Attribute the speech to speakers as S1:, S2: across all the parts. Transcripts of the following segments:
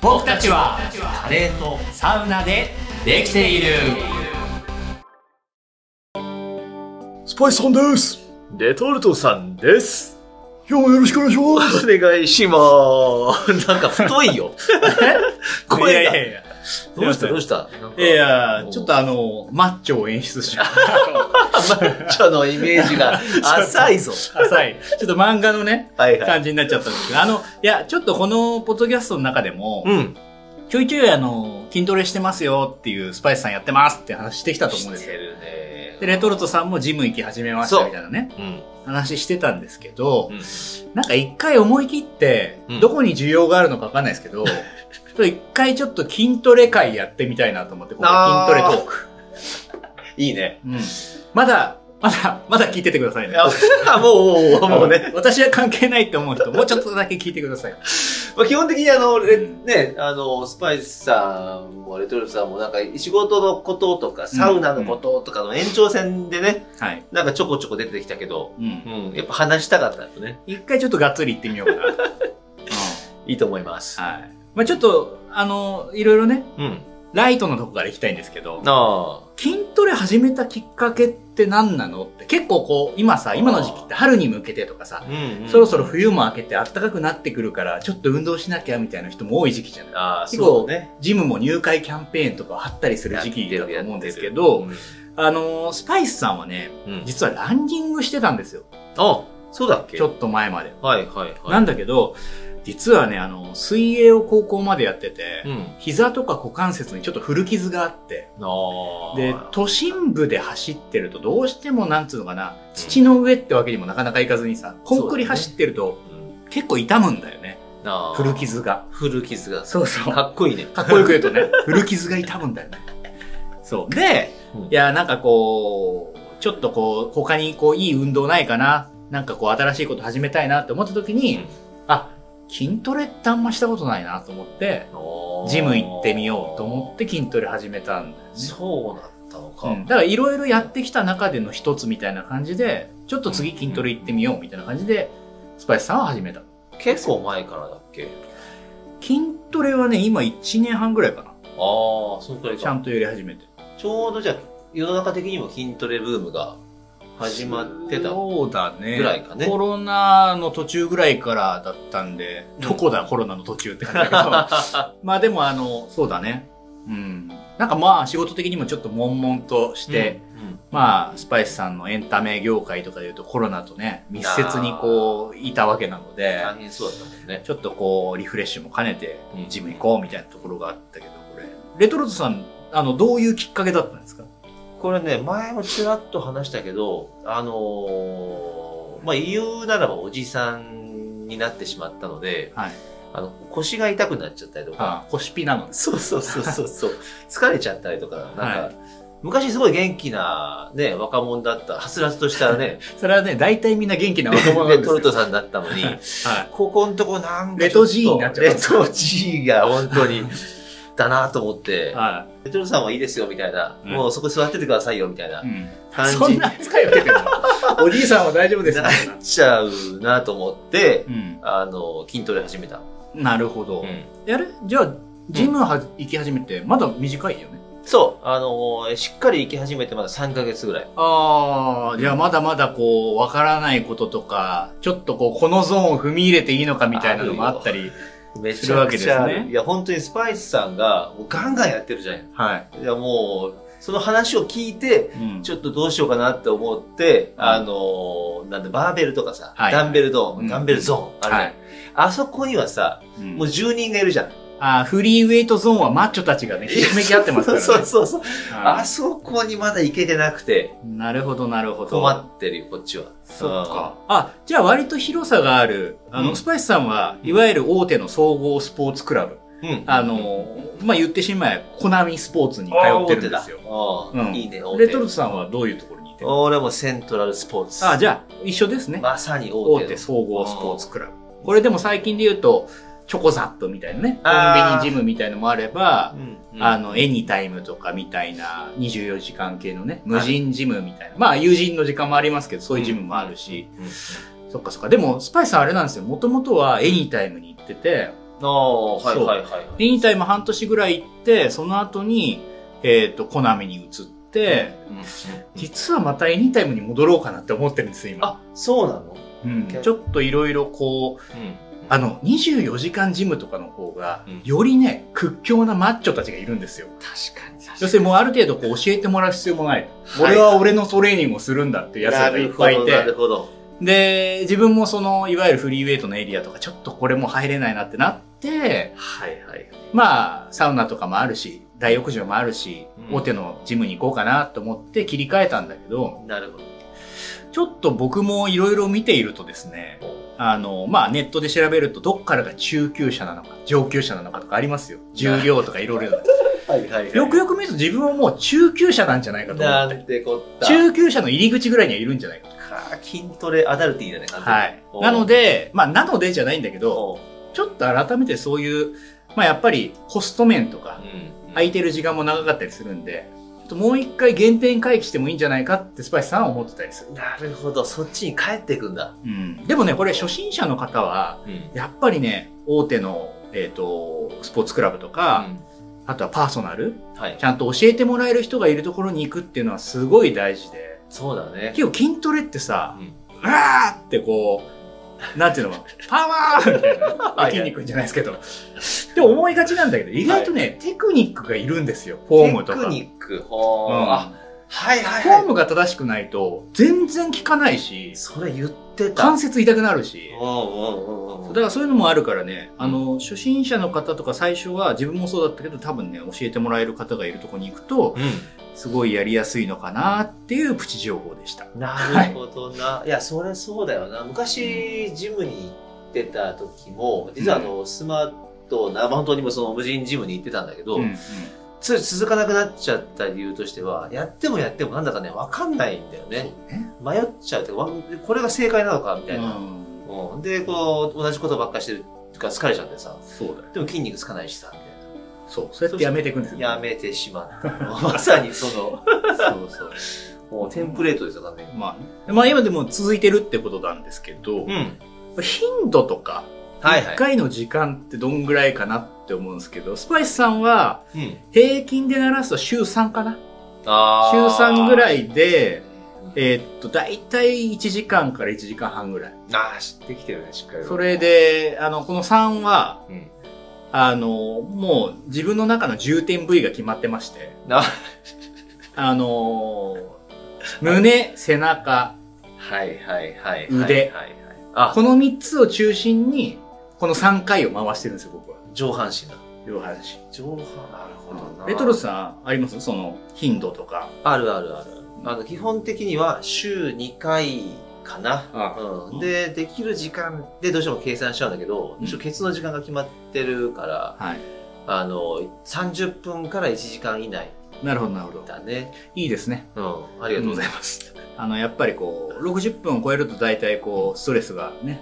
S1: 僕たちは
S2: カレーと
S1: サウナでできている
S3: スパイスさんです。
S2: レトルトさんです。
S3: 今日もよろしくお願いし
S2: お
S3: ます。
S2: 願いしまーす。なん か太 いよ。声が。
S4: いやいやいや。
S2: どうしたどうしたなんか
S4: いやいや、ちょっとあの、マッチョを演出しよう
S2: 抹茶のイメージ が浅いぞ。
S4: 浅い。ちょっと漫画のね、
S2: はいはい。
S4: 感じになっちゃったんですけど、あの、いや、ちょっとこのポッドキャストの中でも、
S2: うん。
S4: ちょいちょいあの、筋トレしてますよっていう、スパイスさんやってますって話してきたと思うんで
S2: し
S4: す
S2: て
S4: よ。
S2: るね。
S4: で、レトルトさんもジム行き始めましたみたいなね、
S2: うん。
S4: 話してたんですけど、
S2: うん
S4: なんか一回思い切って
S2: うん、
S4: どこに需要があるのかわかんないですけど、ちょっと一回ちょっと筋トレ会やってみたいなと思って、ここ
S2: あー
S4: 筋トレトーク。
S2: いいね。
S4: うん。まだ、まだ、まだ聞いててくださいね。
S2: あもう、もうね。
S4: 私は関係ないって思う人、もうちょっとだけ聞いてください。
S2: まあ、基本的にあの、レね、あの、スパイスさんもレトルトさんもなんか仕事のこととかサウナのこととかの延長線でね、
S4: はい。
S2: なんかちょこちょこ出てきたけど、
S4: うん。
S2: うん、やっぱ話したかったよね。
S4: 一回ちょっとがっつり行ってみよ うかな。うん。
S2: いいと思います。
S4: はい。まあちょっと、あの、いろいろね、
S2: うん。
S4: ライトのとこから行きたいんですけど、
S2: あ
S4: 筋トレ始めたきっかけって何なのって結構こう、今さ、今の時期って春に向けてとか
S2: あ。
S4: さ、
S2: うん、
S4: そろそろ冬も明けて暖かくなってくるから、ちょっと運動しなきゃみたいな人も多い時期じゃない
S2: ああ、
S4: 結構
S2: そうね。
S4: ジムも入会キャンペーンとかを貼ったりする時期だと思うんですけど、
S2: うん、
S4: あのースパイスさんはね、
S2: うん
S4: 実はランニングしてたんですよ。
S2: あ、そうだっけ
S4: ちょっと前まで。
S2: はいはいはい。
S4: なんだけど、実はね、あの、水泳を高校までやってて、
S2: うん。
S4: 膝とか股関節にちょっと古傷があって、
S2: ああ。
S4: で、都心部で走ってるとどうしてもなんつうのかな、土の上ってわけにもなかなかいかずにさ、コンクリ走ってると
S2: うん、
S4: 結構痛むんだよね、
S2: ああ
S4: 古。傷が。
S2: 古傷が。
S4: そうそう。
S2: かっこいいね。
S4: かっこよく言うとね、 古傷が痛むんだよね。そう。で
S2: うん、
S4: いや、なんかこう、ちょっとこう、他にこう、いい運動ないかな、なんかこう、新しいこと始めたいなって思った時に、
S2: うん
S4: あ、筋トレってあんましたことないなと思って、ジム行ってみようと思って筋トレ始めたんだよね。
S2: そうだったのか。
S4: うんだからいろいろやってきた中での一つみたいな感じで、ちょっと次筋トレ行ってみようみたいな感じで、スパイスさんは始めた。
S2: 結構前からだっけ
S4: 筋トレはね、今1年半ぐらいかな。
S2: ああ、そのくらい
S4: ちゃ
S2: か。
S4: んとやり始めて。
S2: ちょうどじゃあ、世の中的にも筋トレブームが始まってた。
S4: そうだね
S2: ぐらいかね
S4: コロナの途中ぐらいからだったんで、どこだ、コロナの途中って感じだ けどまあでもあのそうだねうんなんかまあ仕事的にもちょっと悶々として、
S2: うん、
S4: まあスパイスさんのエンタメ業界とかでいうとコロナとね密接にこういたわけなので
S2: 大変そうだったもんね。
S4: ちょっとこうリフレッシュも兼ねて
S2: うん
S4: ジム行こうみたいなところがあったけどこれレトルトさんあのどういうきっかけだったんですか
S2: これね、前もちらっと話したけど、あのーまあ、言うならばおじさんになってしまったので、
S4: はい
S2: あの、腰が痛くなっちゃったりとか、
S4: ああ腰ピなのです
S2: そうそうそうそう そう、疲れちゃったりとか、なんか、
S4: は
S2: 昔すごい元気な、ね、若者だった、はつらつとした ね、
S4: それはね大体みんな元気な若者なん
S2: レ
S4: です
S2: ト
S4: よ
S2: ルトさんだったのに、
S4: はい。
S2: ここのとこなんか
S4: レト G になっちゃった
S2: レト G が本当に、だなと思って、
S4: は
S2: レトルトさんはいいですよ、みたいな、
S4: うん。
S2: もうそこ座っててくださいよ、みたいない
S4: うん。
S2: 感じ
S4: そんな扱いを受けてるの おじいさんは大丈夫です
S2: な
S4: か
S2: っちゃうなと思って、
S4: うん。
S2: あの、筋トレ始めた。
S4: なるほど。やるじゃあ、ジムは行き始めて、まだ短いよね。
S2: そう、あの、しっかり行き始めてまだ3ヶ月ぐらい。
S4: ああ、じゃあまだまだこう、わからないこととか、ちょっとこう、このゾーンを踏み入れていいのかみたいなのもあったり。
S2: め
S4: するわけですね
S2: あるいや、本当にスパイスさんがもうガンガンやってるじゃん。
S4: はい。
S2: いや、もう、その話を聞いて、
S4: うん
S2: ちょっとどうしようかなって思って、
S4: うん
S2: あの、なんだ、バーベルとかさ、
S4: はい
S2: ダンベルゾーン、
S4: うん
S2: ダンベルゾーン、あるじゃん、
S4: はい。
S2: あそこにはさ、
S4: うん
S2: もう10人がいるじゃん。
S4: あーフリーウェイトゾーンはマッチョたちがね、ひしめき合って ますからね。
S2: そうそうそう。
S4: は
S2: あ
S4: い
S2: そこにまだ行けてなくて、
S4: なるほど、なるほど。
S2: 困ってるよ、こっちは。
S4: そっか。あ、じゃあ割と広さがある。あの、
S2: うん
S4: スパイスさんは、いわゆる大手の総合スポーツクラブ。
S2: うん。うん。
S4: あの、まあ、言ってしまえ、コナミスポーツに通ってるんですよ。
S2: ああ
S4: うん
S2: いいね、大手
S4: レトルトさんはどういうところにいて
S2: 俺もセントラルスポーツ。
S4: あ、じゃあ、一緒ですね。
S2: まさに大
S4: 大
S2: 手。
S4: 手総合スポーツクラブ。これでも最近で言うと、チョコザップみたいなね、コ
S2: あー
S4: ンビニジムみたいのもあれば
S2: う、んうん
S4: あの、エニタイムとかみたいな、24時間系のね、無人ジムみたいな。まあ、友人の時間もありますけど、そういうジムもあるし。
S2: うん
S4: そっかそっか。でも、スパイスさんあれなんですよ。もともとはエニタイムに行ってて、
S2: ああ、はい
S4: そう
S2: はいはい。
S4: で引退も半年ぐらい行って、その後に、えっ、と、コナミに移って、
S2: うん
S4: 実はまたエニタイムに戻ろうかなって思ってるんですよ、今。
S2: あ、そうなの
S4: うん、ちょっといろいろこう、あの、24時間ジムとかの方が
S2: うん、
S4: よりね、屈強なマッチョたちがいるんですよ。
S2: 確かに確
S4: 要するにもうある程度こう教えてもらう必要もない。
S2: はい
S4: 俺は俺のトレーニングをするんだっていうやつ
S2: な
S4: がい
S2: る
S4: っ
S2: ほ
S4: ぱい
S2: ど、
S4: い
S2: な
S4: て
S2: る。ほど。
S4: で、自分もその、いわゆるフリーウェイトのエリアとか、ちょっとこれも入れないなってなって、
S2: はいはい。
S4: まあ、サウナとかもあるし、大浴場もあるし、
S2: うん
S4: 大手のジムに行こうかなと思って切り替えたんだけど、
S2: なるほど。
S4: ちょっと僕もいろいろ見ているとですね、あの、まあネットで調べるとどっからが中級者なのか、上級者なのかとかありますよ。重量とかいろいろ。
S2: はいはいはい。
S4: よくよく見ると自分はもう中級者なんじゃないかと思
S2: な
S4: って。
S2: んてこった。
S4: 中級者の入り口ぐらいにはいるんじゃないかと。
S2: 華筋トレアダルティーだね、完全に
S4: はい。なの、で、まあなのでじゃないんだけど、
S2: おう
S4: ちょっと改めてそういう、まあやっぱりコスト面とか、
S2: うん
S4: 空いてる時間も長かったりするんで、ちょっともう一回原点回帰してもいいんじゃないかってスパイスさんは思ってたりする。
S2: なるほど、そっちに帰っていくんだ。
S4: うん。でもね、これ初心者の方は、
S2: うん。
S4: やっぱりね、大手の、えっ、と、スポーツクラブとか、あとはパーソナル、
S2: はい
S4: ち。ゃんと教えてもらえる人がいるところに行くっていうのはすごい大事で、
S2: そうだね。
S4: 結構筋トレってさ、
S2: うん
S4: うわーってこう、なんていうのかな、パワ ーみたいな、筋肉じゃないですけど、って思いがちなんだけど、意外とね、テクニックがいるんですよ、フォームとか。
S2: テクニック。ほー
S4: うん
S2: あ、はいはい
S4: フォー
S2: は
S4: ムが正しくないと、全然効かないし
S2: い。、それ言ってた。
S4: 関節痛くなるし、
S2: おうおうおう
S4: だ
S2: おう
S4: からそういうのもあるからね、あの、初心者の方とか最初は自分もそうだったけど、多分ね、教えてもらえる方がいるとこに行くと、
S2: う
S4: すごいやりやすいのかなっていうプチ情報でした。
S2: ん。なるほどな。いや、それそうだよな。昔、ジムに行ってた時も、実はあの、スマートな、本当にもその無人ジムに行ってたんだけど、
S4: うん
S2: つ続かなくなっちゃった理由としては、やってもやってもなんだかね、わかんないんだよね。迷っちゃうってわこれが正解なのかみたいな、
S4: うん
S2: うんでこう同じことばっかりしてるから疲れちゃってさ
S4: そうだよ。
S2: でも筋肉つかないしさみた
S4: そう、そうやってやめていくんです
S2: い
S4: よ。
S2: なやめてしまった まさにその
S4: そうそう。
S2: もうテンプレートですよ完全に
S4: まあ、まあ今でも続いてるってことなんですけど、
S2: ん
S4: 頻度とか、
S2: はいは
S4: 1
S2: い、
S4: 回の時間ってどんぐらいかなって思うんですけど、スパイスさんは
S2: うん、
S4: 平均で鳴らすと週3かな
S2: あ
S4: 週3ぐら
S2: い
S4: いで、えーっと、だいたい1時間から1時間半ぐらい。
S2: ああ知ってきてるねしっかり
S4: それ、で、あの、この3は、
S2: うん、
S4: あの、もう自分の中の重点部位が決まってまして、
S2: な
S4: あの、胸、背中、
S2: はいはいはい
S4: 腕
S2: はいはいはいあ
S4: この3つを中心に、この3回を回してるんですよ、僕は。
S2: 上半身だ
S4: 両半身。
S2: 上半なるほどな
S4: レトロさん、ありますその、頻度とか。
S2: あるあるある。あの基本的には週2回かな。
S4: あ
S2: うん、で、できる時間でどうしても計算しちゃうんだけど、
S4: うん
S2: 一応ケツの時間が決まってるから、
S4: はい。
S2: あの、30分から1時間以内
S4: なるほど、なるほど。
S2: だね。
S4: いいですね。
S2: うん、ありがとうございます。
S4: あの、やっぱりこう、60分を超えると大体こう、ストレスがね、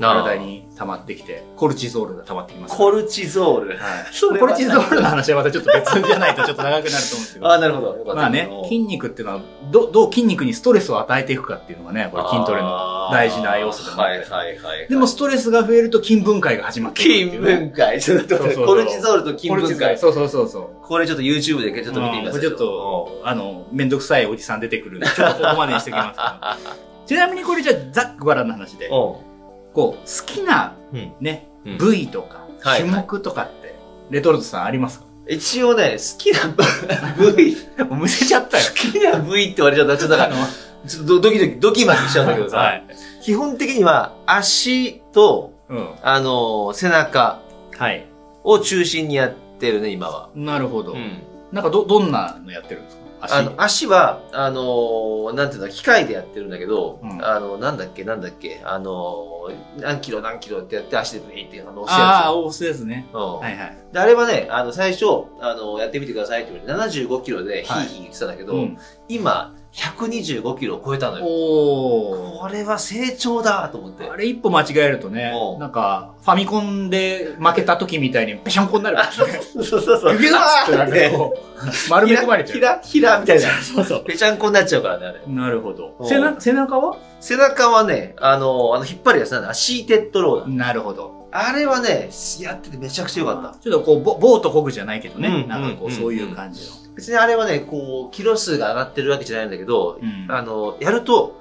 S2: なあ
S4: 体に溜まってきて、コルチゾールが溜まってきます。
S2: コルチゾール。
S4: はい
S2: それは
S4: コルチゾールの話はまたちょっと別じゃないとちょっと長くなると思うんですけど。
S2: あ、なるほど。よかった。
S4: まあね、筋肉っていうのはど、どう筋肉にストレスを与えていくかっていうのがね、これ筋トレの。大事な要素でもあ
S2: は
S4: っ
S2: い
S4: て
S2: はいはい。
S4: でも、ストレスが増えると筋分解が始まってい
S2: 筋
S4: くっていうね
S2: 分解。ちょっ
S4: そ
S2: と
S4: うそうそう
S2: コルチゾールと筋
S4: コルチゾ
S2: 分
S4: ール
S2: 解。
S4: そうそうそうそう。
S2: これちょっと YouTube でちょっと見てみ
S4: うん
S2: ま
S4: こ
S2: す
S4: れちょっと、あの、めんどくさいおじさん出てくるんで、ちょっとここまでにしてきます けどちなみにこれじゃあざっくばらんの話で、
S2: お
S4: こう、好きな
S2: う。うん。
S4: ね、
S2: うん
S4: 部位とか、
S2: はい
S4: 種目とかって、レトルトさんありますか
S2: 一応ね、好きな部位、好
S4: もうむせちゃったよ。
S2: きな部位って言われちゃった。ちょっとだから、ちょっとドキドキ、ドキマキしちゃうんだけどさ、
S4: はい。
S2: 基本的には足と、
S4: うん。
S2: あのー背中
S4: はい。
S2: を中心にやってるね、今は。
S4: なるほど。
S2: うん
S4: なんかど、どんなのやってるんですか足。
S2: あの足は、あのーなんていうの、機械でやってるんだけど、
S4: うん
S2: あの、なんだっけ、なんだっけ、あのー何キロ何キロってやって足でブイっていうのを乗せるや
S4: あ
S2: つ
S4: あ、押すですね。
S2: うん
S4: はいはい。
S2: であれはね、あの、最初、あのやってみてくださいって言われて、75キロでヒーヒー言ってたんだけど、
S4: うん
S2: 今、125キロを超えたのよ。
S4: おー
S2: これは成長だと思って。
S4: あれ一歩間違えるとね
S2: お、う
S4: なんか、ファミコンで負けた時みた いにぺしゃんこになるから ね。
S2: そうそうそう
S4: グギューってなんかこう、丸め込まれちゃう
S2: ひ。らひらみたいな。
S4: そうそう。
S2: ぺちゃんこになっちゃうからね、あれ。
S4: なるほど。
S2: うん
S4: 背な背中は
S2: 背中はね、あの、あの、引っ張るやつなんだ。シーテッドローだ。
S4: なるほど。
S2: あれはね、やっててめちゃくちゃ良かった。
S4: ちょっとこう、ボボートこぐじゃないけどね、
S2: うん
S4: なんかこ
S1: う
S4: う、
S1: ん
S4: そういう感じの。
S2: 別にあれはね、こう、キロ数が上がってるわけじゃないんだけど、
S4: うん
S2: あの、やると、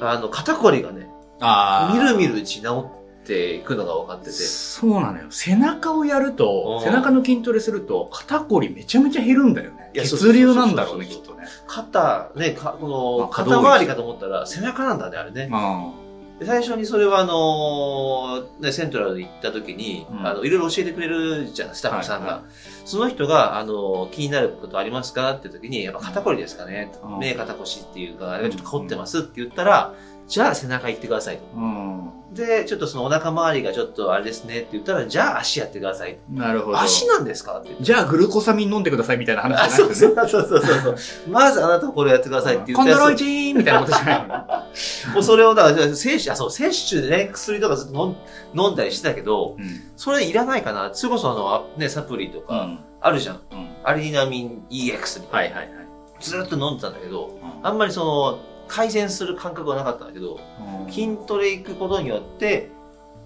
S2: あの、肩こりがね、
S4: あ
S2: み
S4: ー
S2: るみるうち治っていくのが分かってて。
S4: そうなのよ。背中をやると
S2: う、ん
S4: 背中の筋トレすると、肩こりめちゃめちゃ減るんだよね。
S2: いや
S4: 血流なんだろうね、
S2: そ
S4: き
S2: う
S4: っ
S2: そう
S4: とね。
S2: 肩、ね、か
S4: ま
S2: こ
S4: あ
S2: の、
S4: 可
S2: 肩
S4: 動域
S2: 周りかと思ったら、背中なんだね、あれね。
S4: う
S2: で最初にそれは、あのーね、セントラルで行った時に、
S4: うん
S2: あの、いろいろ教えてくれるじゃん、スタッフさんが。
S4: はいは
S2: その人が、あのー気になることありますかって時に、やっぱ肩こりですかね、
S4: うん
S2: 目肩腰っていうか、あれがちょっと凝ってますって言ったら、じゃあ背中行ってくださいと。
S4: ん。
S2: で、ちょっとそのお腹周りがちょっとあれですねって言ったら、じゃあ足やってください。
S4: うん。なるほど。
S2: 足なんですかって 言って。
S4: じゃあ、グルコサミン飲んでくださいみたいな話じゃなくてね。
S2: うそうそうそうそう。まずあなたはこれをやってくださいって言
S4: コ
S2: っ
S4: ン
S2: た
S4: ドロイ
S2: や
S4: チーンみたいなことじゃないのね。
S2: つもうそれをだから、摂取、あ、そう、摂取でね、薬とかずっと飲ん飲んだりしてたけど、
S4: うん。
S2: それいらないかな。それこそあの、あね、サプリとか、あるじゃん。
S4: うん。
S2: アリナミン EX みた
S4: はいい
S2: な。
S4: はいはい。
S2: ずっと飲んでたんだけど、
S4: う
S2: あんまりその、改善する感覚はなかったんだけど、
S4: ん
S2: 筋トレ行くことによって、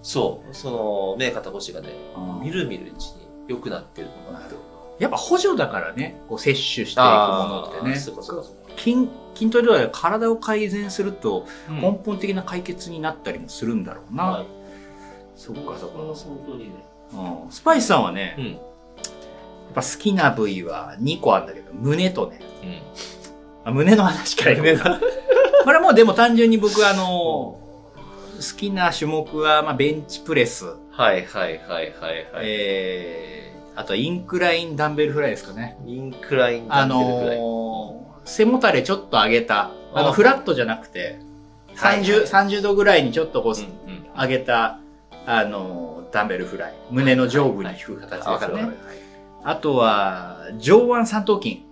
S2: そう、その、目肩腰がね、みるみるうちに良くなってるのかなと。
S4: やっぱ補助だからね、こう摂取していくものってね。
S2: そうかそうかそうか。
S4: 筋筋トレでは体を改善すると
S2: うん
S4: 根本的な解決になったりもするんだろうな。
S2: はい
S4: そっかそっ
S2: これは本当にね。
S4: か、うん。スパイスさんはね、
S2: うん
S4: やっぱ好きな部位は2個あるんだけど、胸とね、あ胸の話から言うか これもでも単純に僕あの、好きな種目は、まあ、ベンチプレス、
S2: はいはいはいはいはい。
S4: えー、あとはインクラインダンベルフライですかね。
S2: インクライン
S4: あ
S2: ダンベルくらい。
S4: のー背もたれちょっと上げた、あの、
S2: うん
S4: フラットじゃなくて、
S2: はい
S4: 30、30度ぐらいにちょっとこう、
S2: うんうん
S4: 上げた、あのーダンベルフライ。胸の上部に引く形
S2: あわ
S4: です
S2: かるわかる
S4: ね。あとは、上腕三頭筋。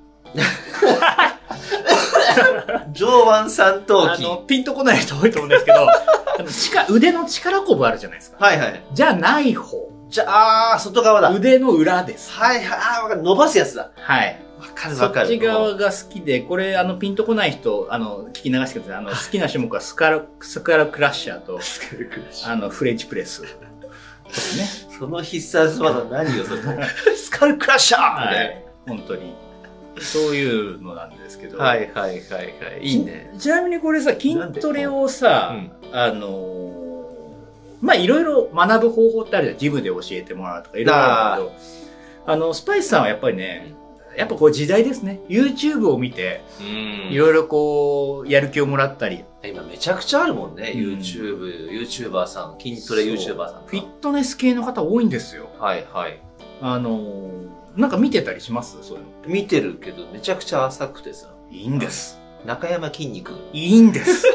S2: 上腕三頭
S4: あ
S2: 筋。
S4: の、
S2: は
S4: ピンとこない人多いと思うんですけ ど、あの力腕の力こぶあるじゃないですか。
S2: いはい。
S4: じゃない方。
S2: じゃあ、あー外側だ。はい
S4: 腕の裏です。
S2: はい、あーわかる。伸ばすやつだ。わ
S4: はい。
S2: かる
S4: そ
S2: わか
S4: っ
S2: る。
S4: ち側が好きで、これ、あの、ピンとこない人、あの、聞き流してください。あの、好きな種目はスカル、スカルクラッシャーと、あの、フレンチプレ ス。ですね。
S2: その必殺技何よ、それ。スカルクラッシャーみ
S4: は
S2: たい
S4: い。本当に。そういうのなんですけど。
S2: なはいはいはいはい。いいね。
S4: ちなみにこれさ、筋トレをさ、あのーまあ、いろいろ学ぶ方法ってあるじゃん。ジムで教えてもらうとか、いろいろあるんだけど、あの、スパイスさんはやっぱりね、やっぱこう時代ですね。YouTube を見て、
S2: うん
S4: いろいろこう、やる気をもらったり、
S2: 今めちゃくちゃあるもんね、
S4: うん
S2: YouTube、YouTuber さん、筋トレ
S4: そう
S2: YouTuber さん
S4: フィッ
S2: が。
S4: トネス系の方多いんですよ。
S2: はいはい。
S4: あのーなんか見てたりしますそういうの。
S2: 見てるけど、めちゃくちゃ浅くてさ、
S4: いいんです。
S2: 中山筋肉。
S4: いいん です。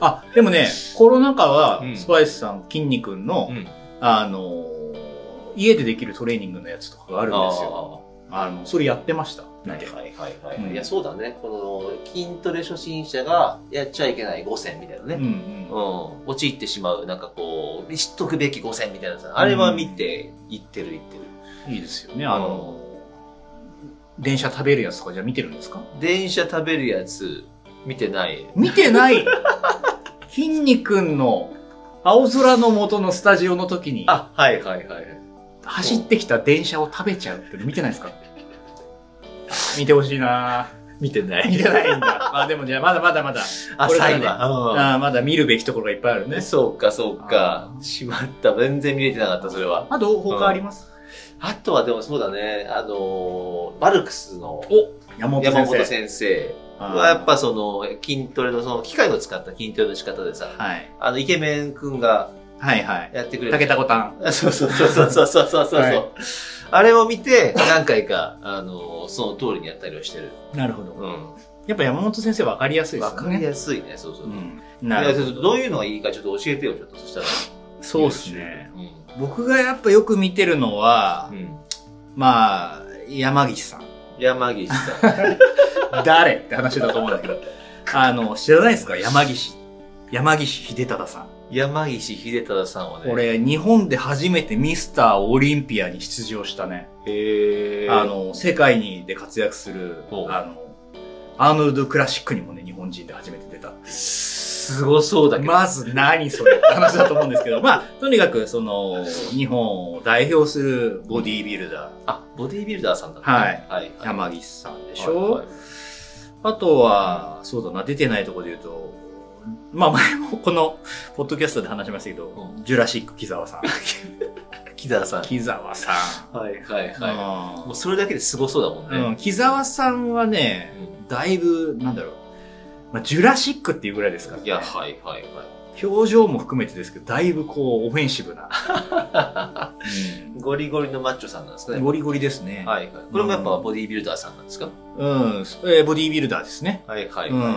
S4: あ、でもね、コロナ禍は
S2: う、ん
S4: スパイスさん、筋肉の、
S2: うん
S4: あのー家でできるトレーニングのやつとかがあるんですよ。あの、それやってました。
S2: あーはい
S4: 見て
S2: はいはいはい。
S4: うん
S2: いや、そうだね。この、筋トレ初心者がやっちゃいけない5選みたいなね。
S4: う
S2: うんん
S4: うん
S2: 陥ってしまう、なんかこう、知っとくべき5選みたいなさ、あれは見て、いってるいってる。
S4: いいですよね。あの、電車食べるやつとかじゃあ見てるんですか
S2: 電車食べるやつ、見てない。
S4: 見てない 筋肉の青空の元のスタジオの時に
S2: あ、はいはいはい。
S4: 走ってきた電車を食べちゃうって見てないですか見てほしいなぁ
S2: 見てな
S4: 見て。ないん だ。あ、でもじゃあまだまだまだ、
S2: 浅い
S4: これか
S2: わ。うん
S4: あまだ見るべきところがいっぱいあるね。
S2: そうか、そうか
S4: あ。ー
S2: しまった。全然見れてなかった、それは。
S4: あと他あります、
S2: あとはでもそうだね、あのーマルクスの
S4: 山本先生。
S2: 山本先生はやっぱその筋トレのその機械を使った筋トレの仕方でさ、
S4: はい。
S2: あのイケメンくんが
S4: はいはい。
S2: やってくれる。
S4: 竹田五段。
S2: あそうそうそうそうそうそうそうそう。
S4: はい
S2: あれを見て何回か、あのーその通りにやったりはしてる。
S4: なるほど。
S2: う
S4: やっぱ山本先生分かりやすい
S2: ん。
S4: です
S2: わ
S4: よね。
S2: かりやすいね、そうそう。
S4: うん。ない
S2: や
S4: る
S2: ち
S4: ほ
S2: ょっ
S4: ど。
S2: とどういうのがいいかちょっと教えてよ、ちょっとそしたら。
S4: そうですね。
S2: うん。
S4: 僕がやっぱよく見てるのは、
S2: うん。
S4: まあ、山岸さん。
S2: 山岸さん。
S4: 誰って話だと思うんだ けど。あの、知らないですか山岸。山岸秀忠さん。
S2: 山岸秀忠さんをね。
S4: 俺、日本で初めてミスターオリンピアに出場したね。
S2: へー
S4: あ、の、世界にで活躍する、
S2: ほう
S4: あの、アーノルドクラシックにもね、日本人で初めて出たっていう。
S2: すごそうだけど。
S4: まず何それって話だと思うんですけど、まあ、とにかくその、日本を代表するボディービルダー、
S2: あ、ボディービルダーさんだった。
S4: はい。
S2: はい。はい
S4: 山岸さんでし
S2: はいは
S4: ょ
S2: い
S4: あとは、そうだな、出てないところで言うと、まあ前もこの、ポッドキャストで話しましたけど、ジュラシック木沢さん。
S2: 木澤さん。
S4: 木沢さ
S2: はいはい
S4: ん。
S2: は
S4: うん
S2: い。もうそれだけですごそうだもんね。
S4: うん、木沢さんはね、だいぶ、なんだろう、まあ、ジュラシックっていうぐらいですから、ね、
S2: いや、はいはいは
S4: 表情も含めてですけど、だいぶこう、オフェンシブな。
S2: い。ゴリゴリのマッチョさんなんです
S4: う
S2: か
S4: ん
S2: ね。
S4: ゴリゴリですね。
S2: はいはい。これもやっぱボディービルダーさんなんですか
S4: うん、すえーボディービルダーですね。
S2: はいはい
S4: うん
S2: はい。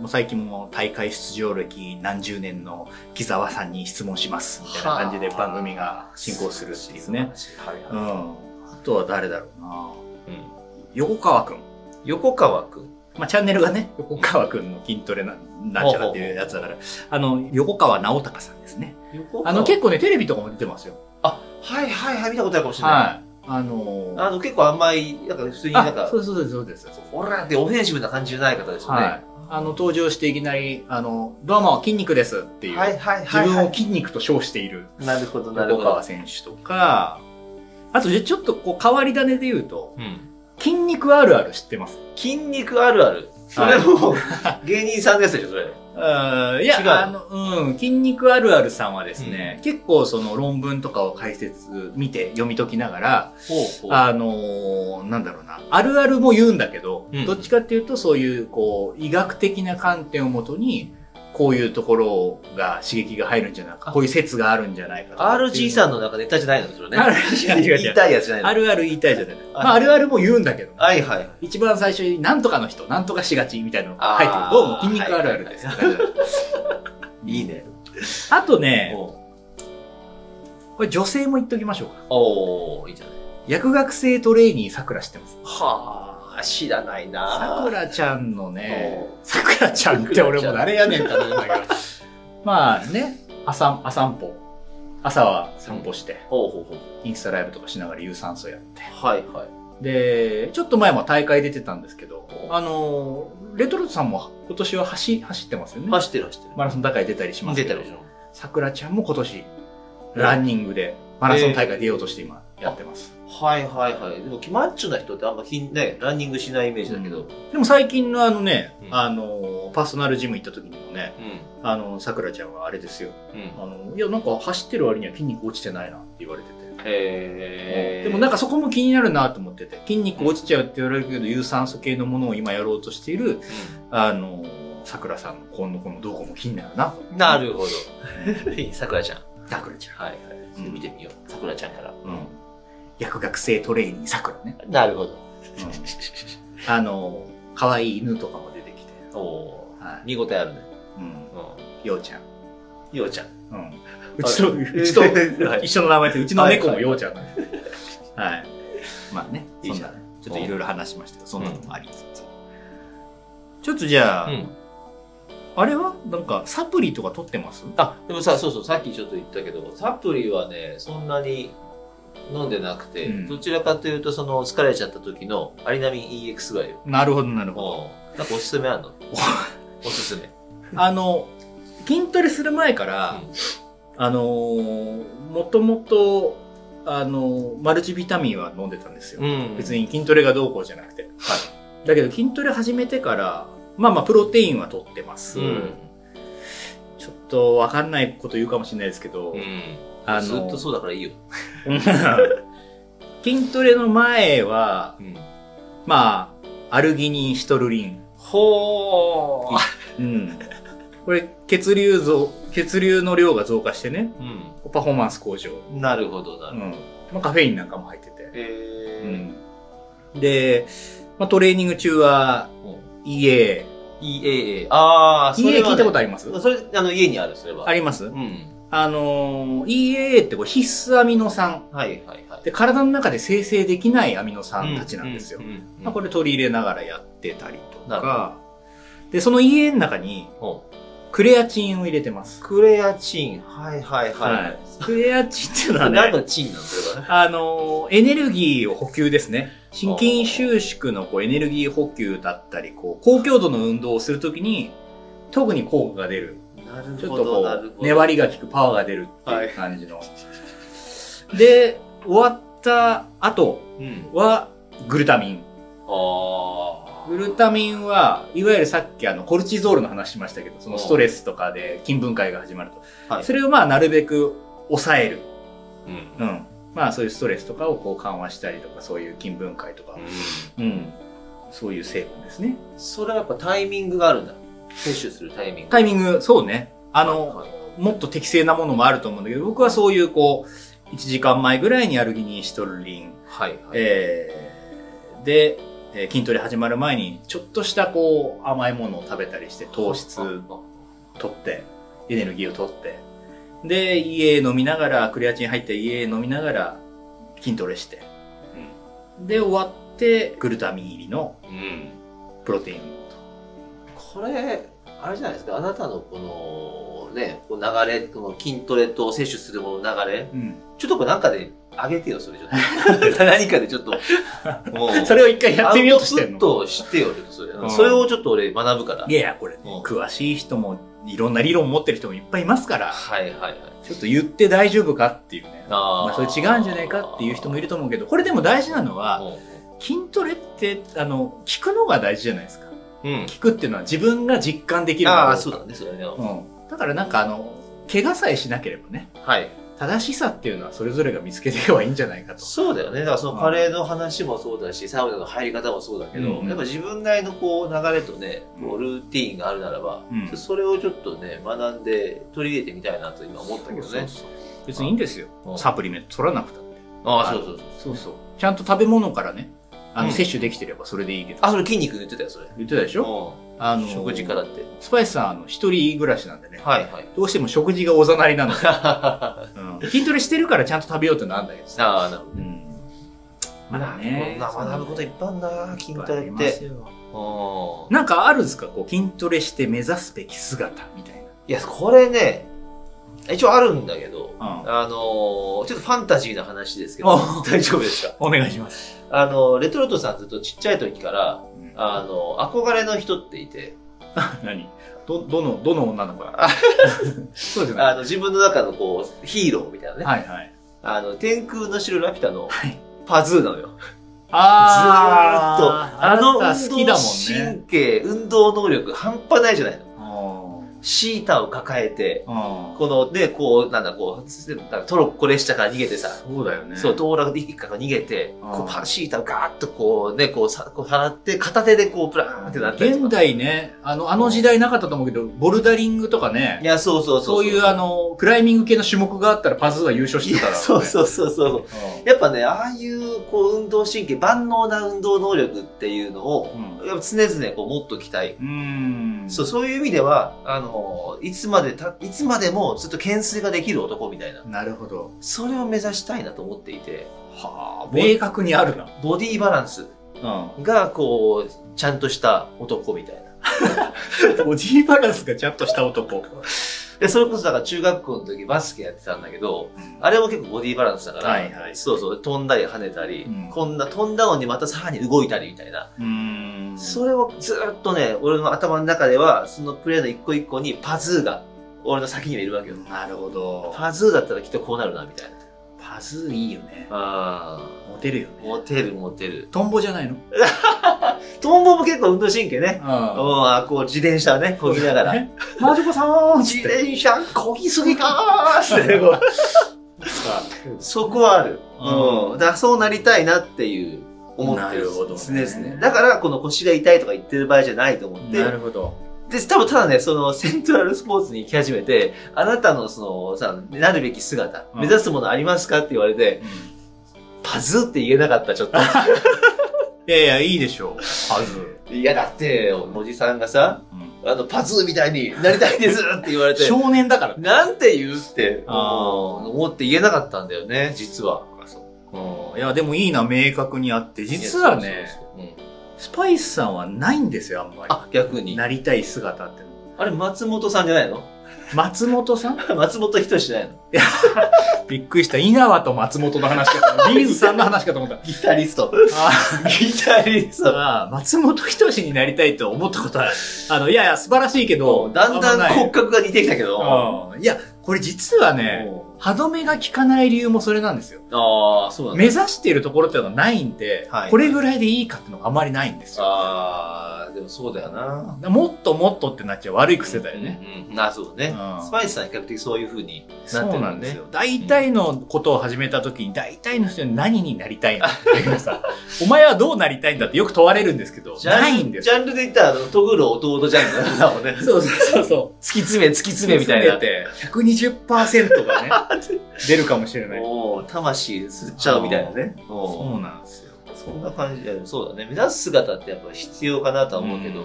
S4: もう最近も大会出場歴何十年の木沢さんに質問しますみたいな感じで番組が進行するっていうね。。
S2: はい
S4: うん。
S2: は。
S4: あとは誰だろうない
S2: うん
S4: 横川くん。
S2: 横川くん。
S4: まあ、チャンネルがね、横川くんの筋トレな、なんちゃらっていうやつだから、あの、横川直隆さんですね。
S2: 横
S4: あの、結構ね、テレビとかも出てますよ。
S2: あ、はいはいはい、見たことあるかもしれない。
S4: はい。あのー
S2: あの、結構甘い、なんか普通になん
S4: あ、
S2: か
S4: そ、うそうそうですそうです。
S2: オラってオフェンシブな感じじゃない方ですよね。
S4: はい。あの、登場していきなり、あの、どうも、筋肉ですっていう。
S2: はいはい
S4: 自
S2: はいは
S4: 分
S2: い。
S4: を筋肉と称している
S2: なるほどなる
S4: 横
S2: ほ
S4: 川
S2: ど。
S4: 選手とか、あと、じゃあちょっとこう、変わり種で言うと、
S2: うん
S4: 筋肉あるある知ってます
S2: 筋肉あるある。それも、芸人さんですよ、それ。
S4: うんい
S2: 違う
S4: や、あの、うん、筋肉あるあるさんはですね、結構その論文とかを解説見て読み解きながら、
S2: ほうほう。
S4: あのーなんだろうな、あるあるも言うんだけど、
S2: うん
S4: どっちかっていうとそういう、こう、医学的な観点をもとに、こういうところが刺激が入るんじゃないか、こういう説があるんじゃないかとかっていう
S2: RG さんの中ネタじゃないの それね。
S4: RG 違う違う違う
S2: 言いたいやつじゃないの
S4: あるある言いたいじゃない。まあ、あるあるも言うんだけど、
S2: はいはい。
S4: 一番最初になんとかの人、なんとかしがちみたいなのが入ってる
S2: あ。ー
S4: どうも筋肉あるあるです。
S2: いいね。
S4: あとね、
S2: おう
S4: これ女性も言っときましょうか。
S2: おーいいじゃない。
S4: 薬学生トレーニーさくら知ってます。
S2: はあ、知らない
S4: さ
S2: な
S4: くらちゃんのね
S2: お、
S4: さくらちゃんって俺も誰やねんって思うんだけど。まあね、朝、朝散歩。朝は散歩して、
S2: ほうほうほう。
S4: インスタライブとかしながら有酸素やって。
S2: はいはい。
S4: で、ちょっと前も大会出てたんですけど、
S2: お
S4: あの、レトロトさんも今年は走走ってますよね。
S2: 走ってる走ってる。
S4: マラソン大会出たりします
S2: 出
S4: けど
S2: てるでしょ。
S4: さくらちゃんも今年、ランニングでマラソン大会出ようとして今やってます。
S2: はいはいはい。でも、マッチョな人ってあんまひん、ね、ランニングしないイメージだけど。
S4: でも最近のあのね、
S2: うん
S4: あの、パーソナルジム行った時にもね、
S2: う
S4: あの、さくらちゃんはあれですよ。
S2: ん。うん
S4: あ。の、いや、なんか走ってる割には筋肉落ちてないなって言われてて。
S2: へー
S4: でもなんかそこも気になるなと思ってて、筋肉落ちちゃうって言われるけど、有酸素系のものを今やろうとしている、あの、さくらさんの今度この動向も気になるな。
S2: うんなるほ ど。いいさくらちゃん。
S4: さくらちゃん。
S2: はいはい。ちょっと見てみよう。さくらちゃんから。
S4: うん。薬学生トレーニーさくらね。
S2: なるほど。
S4: あの、可愛い犬とかも出てきて。
S2: おー
S4: はい。
S2: 見応えあるね。
S4: うん。
S2: う
S4: ようちゃん。
S2: ん。ようちゃん。
S4: うん。うちと、 うちと、
S2: はい
S4: 一緒の名前で、うちの猫も
S2: はい
S4: ようちゃんなんで。はい。まあね、
S2: い
S4: そん
S2: いじ
S4: な
S2: ゃん、
S4: ちょっといろいろ話しましたけど、そんなのもありつつ。ちょっとじゃあ、
S2: ん。
S4: あれはなんか、サプリとか取ってます
S2: あ、でもさ、そうそう、さっきちょっと言ったけど、サプリはね、そんなに飲んでなくて、
S4: うん
S2: どちらかというと、その、疲れちゃった時の、アリナミン EX ぐらいよ。
S4: なるほど、なるほど。
S2: おなんかおすすめあ るのおすすめ。
S4: あの、筋トレする前から、あのー、もともと、あのー、マルチビタミンは飲んでたんですよ。
S2: ん
S4: 別
S2: に。
S4: に筋トレがどうこうじゃなくて。だけど筋トレ始めてから、まあまあプロテインは取ってます。
S2: うん。
S4: ちょっとわかんないこと言うかもしれないですけど、あの
S2: ずっとそうだからいいよ。
S4: 筋トレの前は、
S2: うん。
S4: まあ、アルギニン、シトルリン。
S2: ほー。
S4: うん。これ、血流増、血流の量が増加してね、
S2: う
S4: パフォーマンス向上。
S2: ん。なるほど、
S4: う
S2: なるほど。
S4: ん。まあ、カフェインなんかも入ってて。う
S2: え
S4: ん。で、まあ、トレーニング中は、EA。
S2: EAA。ああ、そ
S4: EA
S2: れはね
S4: 聞いたことあります
S2: それ、あの、家にある、それは。
S4: あります
S2: うん。
S4: あのー、EAA ってこう必須アミノ酸。
S2: はいはいはい。
S4: で、体の中で生成できないアミノ酸たちなんですよ。
S2: ううん
S4: まあ、これ取り入れながらやってたりと
S2: なる
S4: か、で、その EA の中に
S2: ほ
S4: クレアチンを入れてます。
S2: クレアチン。はいはいはい。
S4: はいクレアチンっていうのは
S2: 何
S4: ね、
S2: のチンなんそれは。
S4: あのー、エネルギーを補給ですね。心筋収縮のこうエネルギー補給だったり、こう、高強度の運動をするときに、特に効果が出る
S2: な
S4: ち
S2: る
S4: ょ
S2: ほ
S4: っと
S2: ど、
S4: こ
S2: なるほ
S4: う、
S2: ど。
S4: 粘りが効くパワーが出るっていう感じの。で、終わった後
S1: うん。
S4: は、グルタミン。
S2: あ
S4: グルタミンは、いわゆるさっきあの、コルチゾールの話しましたけど、そのストレスとかで筋分解が始まると。
S2: はい
S4: それをまあ、なるべく抑える。
S1: うん。
S4: うん。まあ、そういうストレスとかをこう緩和したりとか、そういう筋分解とか、うん。そういう成分ですね。
S2: あ。それはやっぱタイミングがあるんだ。摂取するタイミング。
S4: タイミ
S2: ング。
S4: ング、そうね。あの、もっと適正なものもあると思うんだけど、僕はそういうこう、1時間前ぐらいにアルギニンシトルリン、
S2: はいはい。
S4: えーで、えー筋トレ始まる前に、ちょっとしたこう、甘いものを食べたりして、糖質取って、エネルギーを取って、で、家飲みながら、クレアチン入った家飲みながら、筋トレして、で、終わって、グルタミン入りの
S1: うん。
S4: プロテイン
S2: これ、あれじゃないですか。あなたのこの、ね、こう流れ、この筋トレと摂取するものの流れ、
S4: と。うん。
S2: ちょっとこれなんかで上げてよ、それちょっ と。何かでちょっと。もう
S4: それを一回やってみようとしてん
S2: アウ
S4: の
S2: トプットしてよ、ちょっとそれ。
S4: うん
S2: それをちょっと俺学ぶから。
S4: いやいや、これね、
S2: うん
S4: 詳しい人も、いろんな理論を持ってる人もいっぱいいますから、
S2: はいはいはい。
S4: ちょっと言って大丈夫かっていうね。
S2: あー
S4: まあ、それ違うんじゃないかっていう人もいると思うけど、これでも大事なのは、筋トレって、あの、聞くのが大事じゃないですか。
S1: うん。
S4: 聞くっていうのは自分が実感できるかどう
S2: あ
S4: か
S2: あ、そうだね、それね。は
S4: うん。だからなんかあの、怪我さえしなければね、
S2: い。
S4: 正しさっていうのはそれぞれが見つけていけばいいんじゃないかと。
S2: そうだよね。だからそのカレーの話もそうだし、サウナの入り方もそうだけど、
S4: うん
S2: やっぱ自分なりのこう流れとね、
S4: うん
S2: こうルーティーンがあるならば、
S4: うん
S2: それをちょっとね、学んで取り入れてみたいなと今思ったけどね。
S4: 別にいいんですよ
S2: う。ん
S4: サプリメント取らなくたって。
S2: ああ、そうそうそう。
S4: そうそう。ちゃんと食べ物からね、あ
S1: う
S4: の、
S1: ん
S4: 摂取できてればそれでいいけど。
S2: あ、それ筋肉言ってたよ、それ。
S4: 言ってたでしょ
S2: う
S4: あの
S2: ん。食事からって。
S4: スパイスさん、あの、一人暮らしなんでね。
S2: はいはい。
S4: どうしても食事がおざなりなの。
S2: あ
S4: うん筋トレしてるからちゃんと食べようってのはあんだけどさ。
S2: あ、なるほど。
S4: うん。まだね。
S2: こんな学ぶこといっぱいあんな、筋
S4: い
S2: トレっ
S4: ぱいあります
S2: て。
S4: よ
S2: うん。
S4: なんかあるんですかこう、筋トレして目指すべき姿みたい
S2: いや、これね、一応あるんだけど、
S4: な。
S2: あのーちょっとファンタジーな話で すけど
S4: あ、
S2: 大丈夫ですか
S4: お願いします。
S2: あの、レトルトさんずっとちっちゃい時から、
S4: うん
S2: あの、憧れの人っていて、
S4: 何ど、どの、どの女の子だ そうじゃな
S2: あ
S4: い
S2: の、自分の中のこう、ヒーローみたいなね、
S4: はいはい。
S2: あの、天空の城ラピュタの
S4: はい
S2: パズーなのよ。ずーっと、
S4: あ
S2: あ
S4: ー
S2: の、
S4: あなた好きだもん
S2: 運動
S4: ね。
S2: 神経、運動能力半端ないじゃないの。
S4: あ
S2: シータを抱えて、
S4: あ
S2: この、ね、こう、なんだ、こう、なんかトロッコ列車から逃げてさ、
S4: そうだよね。
S2: そう、道楽で一家が逃げて、
S4: うん
S2: こうパシータをガーッとこうね、こうさ、こう払って、片手でこう、ブラーンってなったりと
S4: 現
S2: か。
S4: 代ね、あの、あの時代なかったと思うけど、ボルダリングとか
S2: い
S4: ね、
S2: や、そうそうそ
S4: そ
S2: う。
S4: ういうあ、の、クライミング系の種目があったらパズーは優勝し
S2: い
S4: てただ
S2: や、
S4: ろね
S2: そうそうそうそう。
S4: うん
S2: やっぱね、ああいう、こう、運動神経、万能な運動能力っていうのを、
S4: う
S2: やっぱ常々こう、持っときたい。
S4: うん。
S2: そう、
S4: う。
S2: そういう意味では、あの、いつまでた、いつまでもずっと懸垂ができる男みたいな。
S4: なるほど。
S2: それを目指したいなと思っていて、
S4: はあ、明確にあるな。
S2: ボディバランス
S4: うん。
S2: が、こう、ちゃんとした男みたいな。
S4: ボディバランスがちゃんとした男。
S2: で、それこそだから中学校の時バスケやってたんだけど、あれも結構ボディバランスだから、
S4: はいはい
S2: そうそう、飛んだり跳ねたり、
S4: うん
S2: こんな飛んだのにまたさらに動いたりみたいな。
S4: うん。
S2: それをずっとね、俺の頭の中では、そのプレーの一個一個にパズーが、俺の先にはいるわけよ。
S4: なるほど。
S2: パズーだったらきっとこうなるな、みたいな。
S4: パズーいいよね。
S2: あ
S4: モテるよ
S2: ー
S4: ね。
S2: モテるモテる。
S4: トンボじゃないの
S2: トンボも結構運動神経ね。うん、
S4: あ
S2: あーこう自転車をね、こぎながら。。
S4: マジョコさーんっつ
S2: 自
S4: って。
S2: 転車こぎすぎかーってこうそこはある。
S4: うん
S2: うん。だからそうなりたいなっていう思って
S4: な
S2: る
S4: るほどね
S2: ですね。だから、この腰が痛いとか言ってる場合じゃないと思って。
S4: なるほど。
S2: で、多分ただね、そのセントラルスポーツに行き始めて、あなたのそのさ、なるべき姿、
S4: うん
S2: 目指すものありますかって言われて、パズーって言えなかった、ち ょっと。
S4: いやいや、いいでしょう。パズ
S2: いや、だって、おじさんがさ、あの、パズーみたいになりたいですって言われて
S4: ー。、少年だから。
S2: なんて言うって、うん
S4: あー
S2: 思って言えなかったんだよね、実は。
S4: いや、でもいいな、明確にあって。実はね、
S2: そうそうそう、うん
S4: スパイスさんはないんですよ、あんまり。
S2: あ、逆に。
S4: なりたい姿っての
S2: あれ、松本さんじゃないの
S4: 松本さん
S2: 松本人志ないの
S4: びっくりした。稲葉と松本の話かと思 った。ビーズさんの話かと思った。
S2: ギタリス ト。
S4: あ
S2: ギタリス
S4: ー
S2: ト。
S4: まあ、松本人志になりたいと思ったことは、あの、いやいや、素晴らしいけど、
S2: だん
S4: あま
S2: だん
S4: ない
S2: 骨格が似てきたけど。
S4: うんいや、これ実はね、
S2: も
S4: 歯止めが効かない理由もそれなんですよ。
S2: うああ、そうなんだ。
S4: 目指しているところっていうのはないんで、
S2: はい
S4: これぐらいでいいかっていうのがあまりないんですよ。
S2: ああ、でもそうだよな。
S4: もっともっとってなっちゃう悪い癖だよね。
S2: うん。な、そうね
S4: うん。
S2: スパイスさん比較的そういう風になってる
S4: そうなんです
S2: よ
S4: よ。大体のことを始めた時に、大体の人に何になり たいのっていうさ、お前はどうなりたいんだってよく問われるんですけど、
S2: ジャン
S4: ないんです
S2: ジ
S4: よ。
S2: ャンルで言ったら、あのトグロ弟ジャンルだもんね。
S4: そうそうそうそう。
S2: 突き詰め、突き詰めみたい
S4: 詰
S2: な
S4: め。て120%がね、出るかもしれない。
S2: おお魂吸っちゃうみたいなね。おー
S4: そうなんですよ。
S2: そんな感じで、そうだね。目指す姿ってやっぱ必要かなとは思うけど、
S4: うん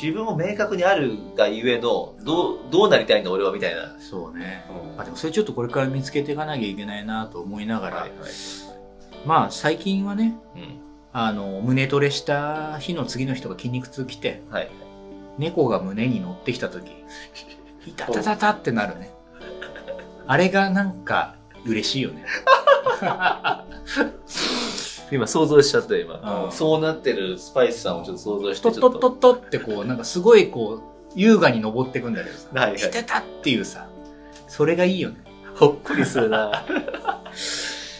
S2: 自分も明確にあるがゆえの、どう、どうなりたいんだ俺はみたいな。
S4: そうね。
S2: うん
S4: まあでもそれちょっとこれから見つけていかなきゃいけないなと思いながら、
S2: はいはい
S4: まあ最近はね、
S2: うん
S4: あの、胸トレした日の次の人が筋肉痛来て、
S2: はい
S4: 猫が胸に乗ってきた時、いたたたたってなるね。あれがなんか嬉しいよね。
S2: 今想像しちゃったよ今、
S4: うん
S2: そうなってるスパイスさんをちょっと想像して
S4: とっ
S2: ちょ
S4: と
S2: っ
S4: っ
S2: と
S4: とっとってこう、なんかすごいこう、優雅に登ってくんだけどさ、
S2: はいは
S4: い
S2: い
S4: たたっていうさ、それがいいよね。
S2: ほっこりするな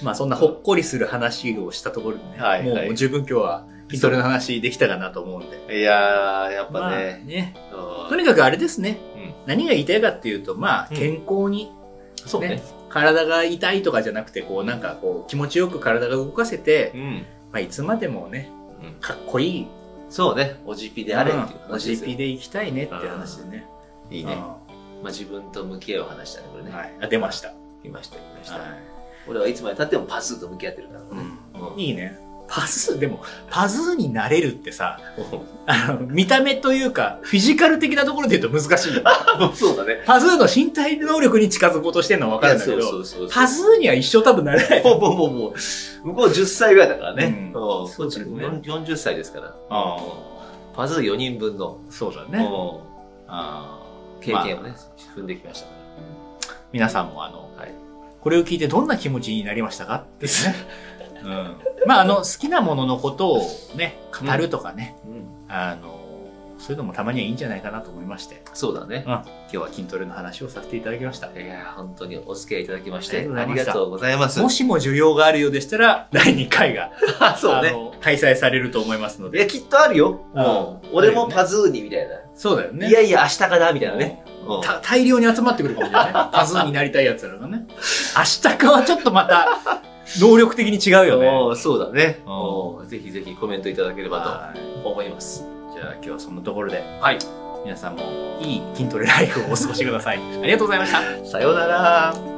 S4: まあそんなほっこりする話をしたところでね、
S2: はいはい
S4: もう十分今日は筋トレの話できたかなと思うんで。
S2: いやーやっ
S4: ま
S2: ぱ
S4: あ
S2: ね、
S4: ね、
S2: うん
S4: とにかくあれですね、
S2: うん
S4: 何が言いたいかっていうと、まあ、
S2: うん
S4: 健康に、
S2: そうね
S4: 体が痛いとかじゃなくて、こう、なんかこう、気持ちよく体が動かせて、
S2: うん、
S4: まあ、いつまでもね、
S2: うん
S4: かっこいい、
S2: そうねおじぴであれっていう
S4: お
S2: 話ですよ
S4: GP で行きたいねって話でね。
S2: い
S4: い
S2: いね、まあ、自分と向き合う話だねこれね、
S4: はい。あ、出ました。
S2: い、ましたいました、
S4: は
S2: 俺はいつまでたってもパスと向き合ってるからね、
S4: い。
S2: うん
S4: いいね。パズー、でも、パズーになれるってさ、 あの、見た目というか、フィジカル的なところで言うと難しいよ。
S2: そうだね
S4: パズーの身体能力に近づこうとしてるのはわかるんだけ
S2: いやそ
S4: ど、
S2: うそうそうそう
S4: パズーには一生多分なれない。
S2: もうもうもうもう向こう10歳ぐらいだからね、
S4: うん
S2: うん
S4: そうですね
S2: 40歳ですから
S4: あ
S2: パズル4人分の、
S4: そうだね。
S2: うん経験をね、踏んできましたから
S4: 皆さんもあの、
S2: はい
S4: これを聞いてどんな気持ちになりましたかって いうね。うん、まあ、あの、好きなもののことをね、語るとかね、あの、そういうのもたまにはいいんじゃないかなと思いまして、
S2: そうだね
S4: うん。今日は筋トレの話をさせていただきました。
S2: いやー本当にお付き合いいただきましてあ
S4: あ
S2: り
S4: り
S2: が
S4: が
S2: と
S4: と
S2: うございます
S4: もしも需要があるようでしたら、第2回が、
S2: あ そう
S4: あ
S2: ね
S4: の開催されると思いますの
S2: いや
S4: で。
S2: きっとあるよ、
S4: うん
S2: うん俺もパズーニみたいな、
S4: そうだよね。
S2: いやいや明日かなみたいなね、うん
S4: た大量に集まってくるかもしれないね。 多数になりたいやつらがね。明日かはちょっとまた、能力的に違うよね。
S2: うんそうだね、
S4: う
S2: うんぜひぜひコメントいただければ
S4: はい
S2: と思います
S4: じゃあ今日はそのところで、
S2: はい
S4: 皆さんもいい筋トレライフをお過ごしください。ありがとうございました。
S2: さようなら